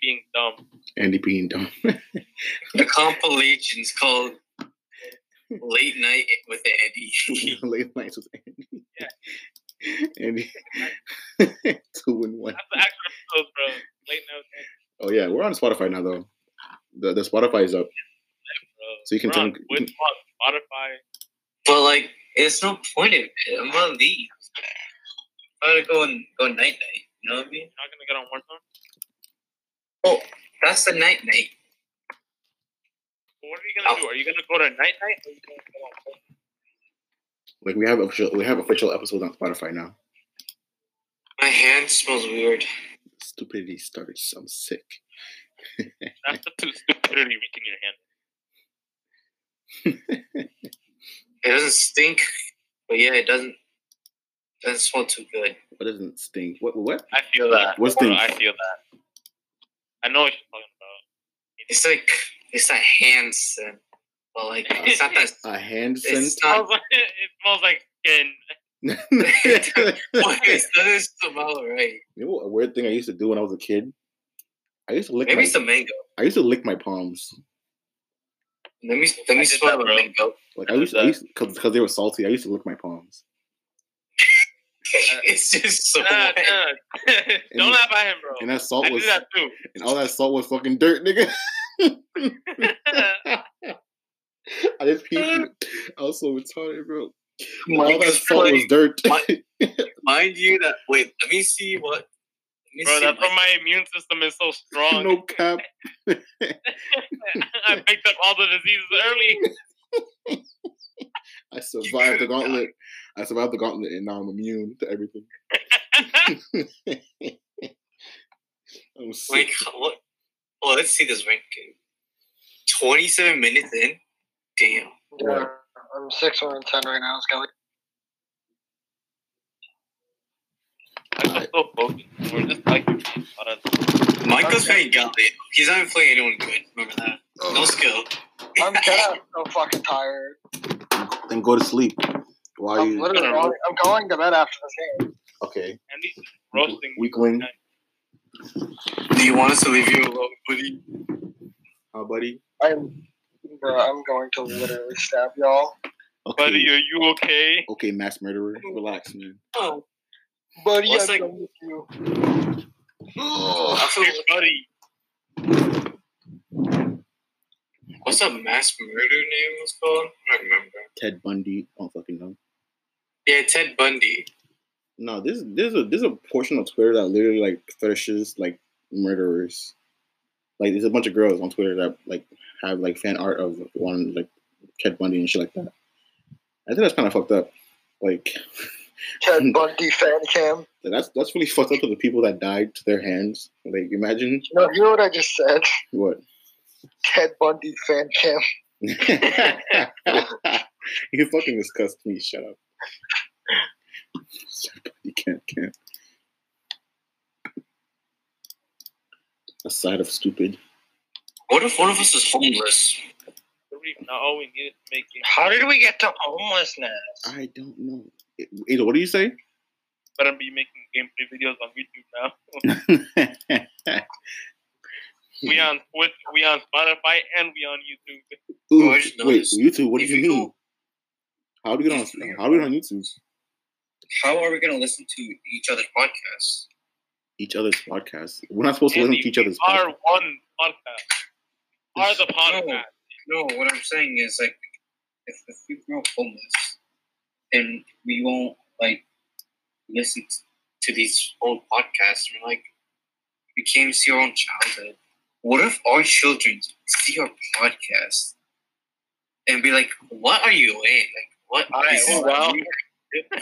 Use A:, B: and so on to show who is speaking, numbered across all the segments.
A: being dumb.
B: Andy being dumb.
C: The compilation's called Late Night with Andy.
B: Late nights with Andy.
A: Yeah.
B: Andy. Two and one.
A: That's the actual episode, bro. Late night, with Andy,
B: Oh yeah, we're on Spotify now though. The the Spotify is up.
A: bro.
B: So you can
A: We're on
B: think-
A: Wizmod, Spotify.
C: but like, it's no point in it. I'm gonna leave. I'm gonna go and go night night. You know what I mean?
A: You're not gonna get on Warzone.
C: That's the night night.
A: But what are you gonna do? Are you gonna go to night night? Or are you gonna go on Warzone?
B: Like we have official we have official episodes on Spotify now.
C: My hand smells weird.
B: Stupidity starts. I'm sick.
A: That's the two stupidity reaching your hand.
C: It doesn't stink, but yeah, it doesn't doesn't smell too good.
B: What doesn't stink? What what?
A: I feel that.
B: What's
A: bro,
B: the-
A: I feel that. I know what you're talking about.
C: It's like it's that hand scent, but like it's not that.
B: A hand scent?
C: It's not.
A: Smells like- it smells like skin.
C: It doesn't smell right.
B: You know what a weird thing I used to do when I was a kid? I used to lick
C: Maybe
B: my,
C: it's the mango.
B: I used to lick my palms.
C: Let me let
A: I
C: me
A: did
C: smell
A: that,
C: the
A: bro.
C: mango.
B: Like I used, I used cause, cause they were salty. I used to lick my palms.
C: It's just so.
A: Nah, nah.
C: wet.
A: Don't laugh at him, bro.
B: And that salt
A: I
B: was
A: do that too.
B: and all that salt was fucking dirt, nigga. I just peed. I was so retarded, bro. all that
C: Mike's
B: salt was
C: funny.
B: dirt.
C: Mike- Mind you, that wait. Let me see what. Let me
A: bro,
C: see
A: that's
C: what-
A: why my immune system is so strong.
B: no cap.
A: I picked up all the diseases early.
B: I survived the gauntlet. I survived the gauntlet, and now I'm immune to everything. I'm
C: Like
B: sick.
C: how- what? Oh, let's see this ranking. Twenty-seven minutes in. Damn.
D: Yeah, I'm six one and ten right now, Skelly.
A: I'm so focused. We're just like,
C: Michael's playing Gauntlet. He's not even playing anyone good. Remember that. No skill.
D: I'm kind of so fucking tired.
B: Then go to sleep. Why
D: I'm
B: you
D: literally going, I'm going to bed after this game.
B: okay?
A: Andy's just roasting. me.
B: Weakling,
C: Do you want us to leave you alone, buddy?
B: huh, buddy?
D: I'm, bro, I'm going to literally stab y'all.
B: Okay.
A: Buddy, are you okay?
B: Okay, mass murderer. Relax, man.
C: Oh,
D: Buddy,
C: What's that-
D: I'm done with you.
C: I feel
A: Hey, buddy.
C: What's that mass murder name was called? I don't remember.
B: Ted Bundy. I don't fucking know.
C: Yeah, Ted Bundy.
B: No, this there's a there's a portion of Twitter that literally like fetishes like murderers. Like there's a bunch of girls on Twitter that like have like fan art of one like Ted Bundy and shit like that. I think that's kind of fucked up. Like
D: Ted Bundy fan cam.
B: that's that's really fucked up to the people that died to their hands. Like imagine
D: No, you know what I just said?
B: what
D: Ted Bundy fan cam.
B: you fucking disgust me. Shut up. You can't can't. A side of stupid.
C: What if one of us is homeless?
A: Now all we need is to make it.
D: How did we get to homelessness?
B: I don't know. It, it- what do you say?
A: Better be making gameplay videos on YouTube now. we
B: Hmm.
A: on Twitch, we on Spotify, and we on YouTube.
B: Ooh,
C: I just
B: wait,
C: noticed.
B: YouTube. What do
C: If
B: you
C: you
B: mean?
C: go-
B: how do we get
C: if
B: on?
C: you-
B: How do we get on YouTube?
C: How are we gonna listen to each other's podcasts?
B: Each other's podcasts. We're not supposed to listen
A: Andy,
B: to each other's
A: Are
B: podcasts.
A: one podcast. Are the podcast.
C: No, what I'm saying is like, if, if we grow up homeless, then we won't like listen t- to these old podcasts. And like, we can't even see our own childhood. What if our children see our podcast and be like, "What are you in? Like, what
A: All right,
C: is this?
A: well-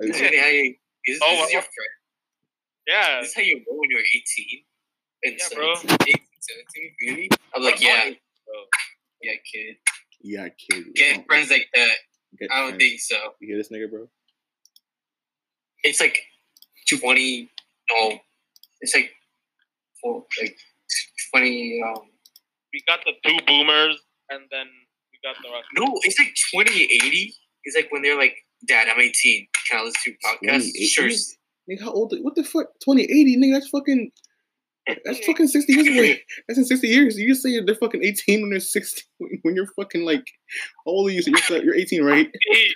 C: this is how you,
A: Oh,
C: is, this
A: well.
C: is your friend?
A: Yeah.
C: This is how you roll when you're 18 and
A: Yeah, bro.
C: 17, 18, 17, really? I'm like,
A: I'm
C: yeah,
A: only-
C: yeah, kid.
B: Yeah, kid.
C: Getting friends like that,
B: Oh, Get
C: I don't
B: friends.
C: think so.
B: You hear this nigga, bro?
C: It's like 20, no, it's like, four, like 20, um,
A: We got the two boomers, and then we got the rest.
C: no, it's like 2080. It's like when they're like, Dad, I'm 18. Can I listen to your podcast?
B: 2080?
C: Sure.
B: Nigga, how old? What the fuck? Twenty eighty, nigga. That's fucking. That's fucking sixty years away. That's in sixty years. You just say they're fucking eighteen when they're sixty. When you're fucking like, how old are you? So you're, you're eighteen, right?
A: Hey,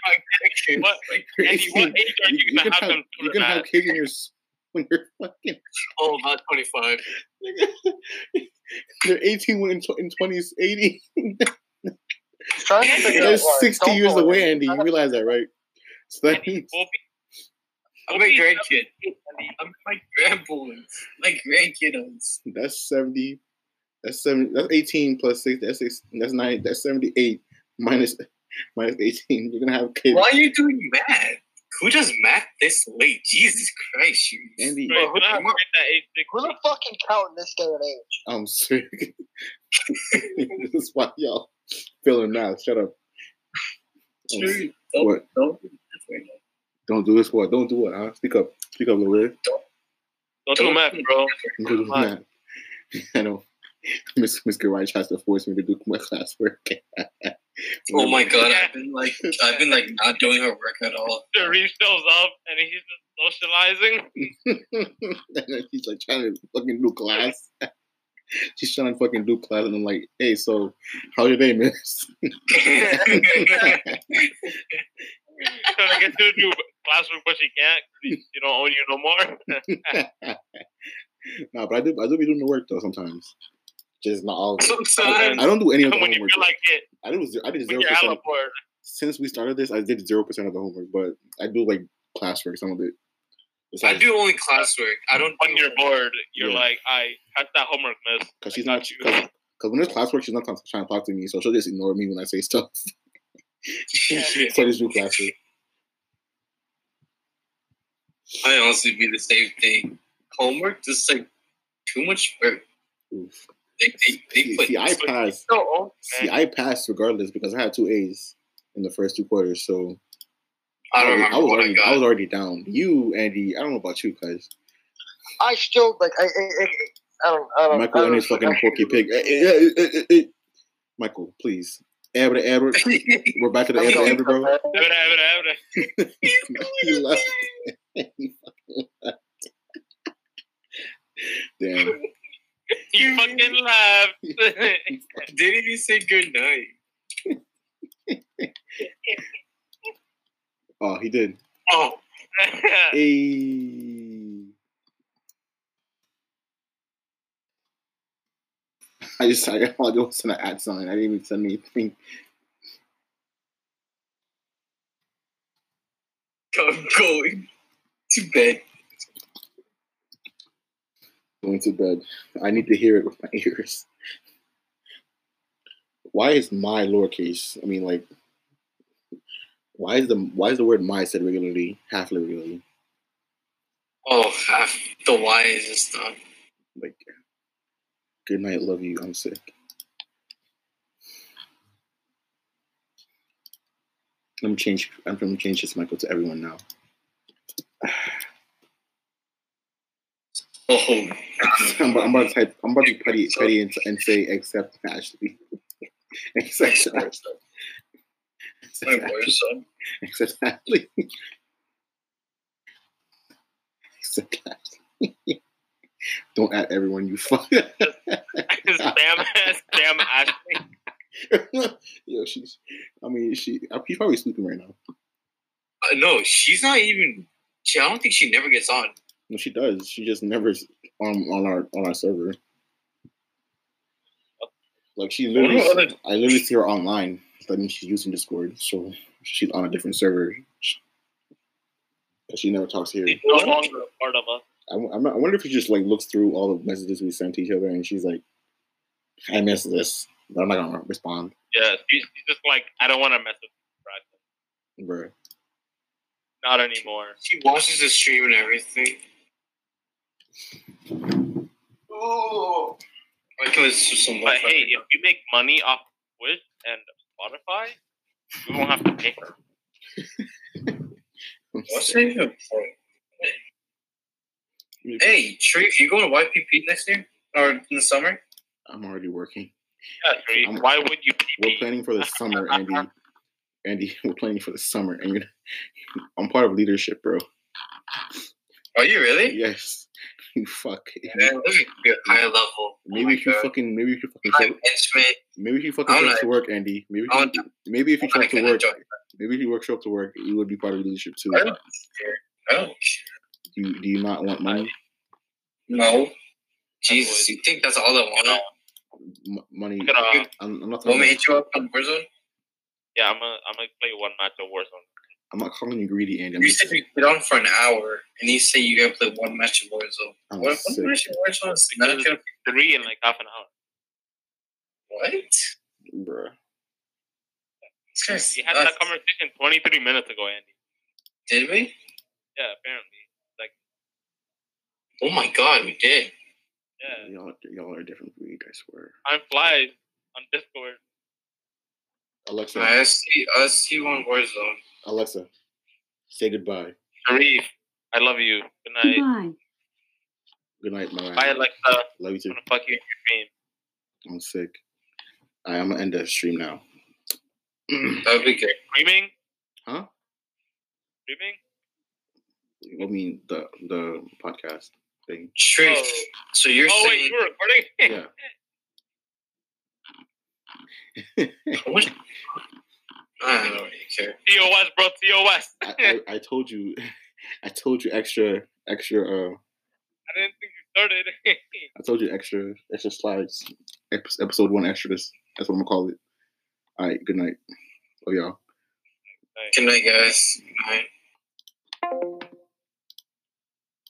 C: Action.
A: What?
C: Like,
B: You're
A: Andy, what
B: 18.
A: age are you
B: You, you
A: gonna
B: can
A: have
B: have,
A: them do
B: you
A: the
B: can have
A: math?
B: kids in your s- when you're fucking.
C: oh, about 25.
B: You're eighteen when in tw- in twenties eighty.
D: He's trying to figure
B: You're
D: out why.
B: sixty
D: Don't
B: years
D: go
B: away,
D: there.
B: Andy. You realize that, right? So that means
A: We'll be,
C: I'm
A: We'll
C: a
A: be
C: grandkid. I'm my grandboys. My grandkiddos.
B: that's seventy. That's seventy. That's eighteen plus six. That's six. That's nine. That's seventy-eight minus minus eighteen. You're gonna have kids,
C: Why are you doing math? Who does math this late? Jesus Christ, you.
B: Andy.
A: right, we're gonna have to get that age
D: Who the fuck can count in this day and age?
B: I'm sick. this is why y'all feeling mad. Shut up.
C: Dude, don't,
B: um, What?
C: don't do math right now.
B: Don't do this. What? Don't do what? Huh? Speak up. Speak up, little bit.
A: Don't do math, bro.
B: Don't do
A: Why?
B: that. I know. Miss Miss Garage has to force me to do my classwork.
C: Oh my god, I've been like, I've been like not doing her work at all.
A: The reef shows up and he's just socializing.
B: and she's like trying to fucking do class. She's trying to fucking do class, and I'm like, "Hey, so how's your day, miss?"
A: Trying to get to do classroom, but she can't. 'cause She she don't own you no more.
B: no, but I do. I do be doing the work though sometimes. Just not all. Of it.
C: Sometimes.
B: I don't do any of the
A: when you
B: homework.
A: feel like it,
B: I do. ze- I did
A: when
B: zero
A: you're
B: percent.
A: helleboard.
B: Since we started this, I did zero percent of the homework, but I do like classwork some of it.
C: I do only classwork. I don't.
A: When you're bored, you're
B: Yeah.
A: like, I that's that homework, miss.
B: because she's not because when there's classwork, she's not con- trying to talk to me, so she'll just ignore me when I say stuff. so I just do classwork.
C: I honestly be the same thing. Homework, just like too much work.
B: Oof.
C: They, they, they
B: See,
C: put
B: see, I passed.
D: So old.
B: See, I passed regardless because I had two A's in the first two quarters, so
C: I don't remember
B: I was
C: what I
B: already I,
C: got.
B: was already down. You, Andy, I don't know about you, guys.
D: I still like I I, I, I don't I don't. I
B: Michael
D: don't
B: and his
D: know.
B: fucking porky pig. Eh, eh, eh, eh, eh, eh. Michael, please. Abra, abra. We're back to the
D: I'm
B: abra,
D: going
B: abra, bro.
D: to-
A: Abra, abra, abra.
B: he left. he fucking left. Damn.
A: You fucking laughed.
C: Didn't even say good night.
B: Oh, he did.
C: Oh,
B: Hey. I just I all I did was send an ad sign. I didn't even send anything.
C: I'm going to bed.
B: Going to bed. I need to hear it with my ears. Why is my lowercase? I mean, like, why is the why is the word my said regularly, half regularly?
C: Oh, half the Y is just not.
B: Like, good night, love you. I'm sick. I'm change. I'm gonna change this, Michael, to everyone now.
C: Oh,
B: I'm about, I'm about to type. I'm about to be petty, petty and, and say except Ashley. except Ashley.
C: my worst son.
B: Except Ashley. except Ashley. Don't at everyone you fuck.
A: Spam, spam Ashley.
B: Yo, she's. I mean, she. I- She's probably sleeping right now.
C: Uh, no, she's not even. She, I don't think she never gets on.
B: No, she does. She just never is on on our on our server. Like she literally,
C: What about
B: I literally see her online. That means she's using Discord, so she's on a different server. But she never talks here.
A: No longer a part of us.
B: I, w- I'm not- I wonder if she just like looks through all the messages we sent to each other, and she's like, "I miss this," but I'm not gonna respond,
A: Yeah, she's, she's just like, I don't want to mess with you, Braxton.
B: bro.
A: Not anymore.
C: She watches the stream and everything.
D: Ooh.
C: I can listen to some
A: But
C: Wi-Fi
A: hey,
C: right
A: if we make money off Twitch and Spotify, we won't have to pay her.
C: now. What's that even for? Hey, Sharif, you going to YPP next year or in the summer?
B: I'm already working.
A: Yeah, Sharif,
B: I'm-
A: why would you
B: We're
A: pee me?
B: planning for the summer, Andy. Andy, we're planning for the summer, and you're, I'm part of leadership, bro.
C: Are you really?
B: Yes. you fuck. If
C: Man,
B: you-
C: look at your high level.
B: Maybe if you
C: fucking.
B: fucking maybe if you fucking show,
C: I'm intimate.
B: maybe if you fucking
C: uh, I'm
B: show up
C: not-
B: to work, Andy. Maybe
C: I'm
B: if you, maybe if you show
C: I
B: up to
C: can
B: work,
C: enjoy.
B: maybe if you work show up to work, you would be part of the leadership too.
C: I don't care. I don't care.
B: Do you, do you not want money?
C: No. Jesus, you think that's all I want?
B: M- money.
A: I'm gonna,
B: I'm, I'm not
C: Want
B: talking.
C: me to hit you up on Warzone?
A: yeah, I'm gonna, I'm gonna play one match of Warzone.
B: I'm not calling you greedy, Andy. I'm
C: You
B: just,
C: said you get on for an hour, and you say you gotta play one match of Warzone.
B: I'm
C: What
B: sick.
C: one match of Warzone is not gonna
A: Three in like half an hour.
C: what? This
B: bruh.
C: guy's
A: We had
C: nuts.
A: that conversation 23 minutes ago, Andy.
C: Did we?
A: Yeah, apparently.
C: Oh my god, we did.
A: Yeah,
B: Y'all, y'all are a different breed. I swear.
A: time flies on Discord.
B: Alexa,
C: I see. I see one Warzone.
B: Alexa, say goodbye.
A: Sharif, I love you. Good night.
E: Goodbye.
B: Good night, my
A: Bye, Alexa. I'm
B: Love you too.
A: gonna fuck you in your dream.
B: I'm sick. All right, I'm gonna end the stream now.
C: That'd be good.
A: Dreaming?
B: Huh?
A: Dreaming?
B: I mean the the podcast thing.
C: Sure.
A: Oh.
C: So you're
A: oh wait,
C: saying
A: you were recording?
B: Yeah.
C: What? I don't really care.
A: TOS, bro, TOS. I
B: I, I, I told you, I told you extra extra. Uh,
A: didn't think you started.
B: I told you extra extra slides. Ep- episode one extras. That's what I'm gonna call it. All right. Good night. Oh y'all.
C: Good night, guys. Good night.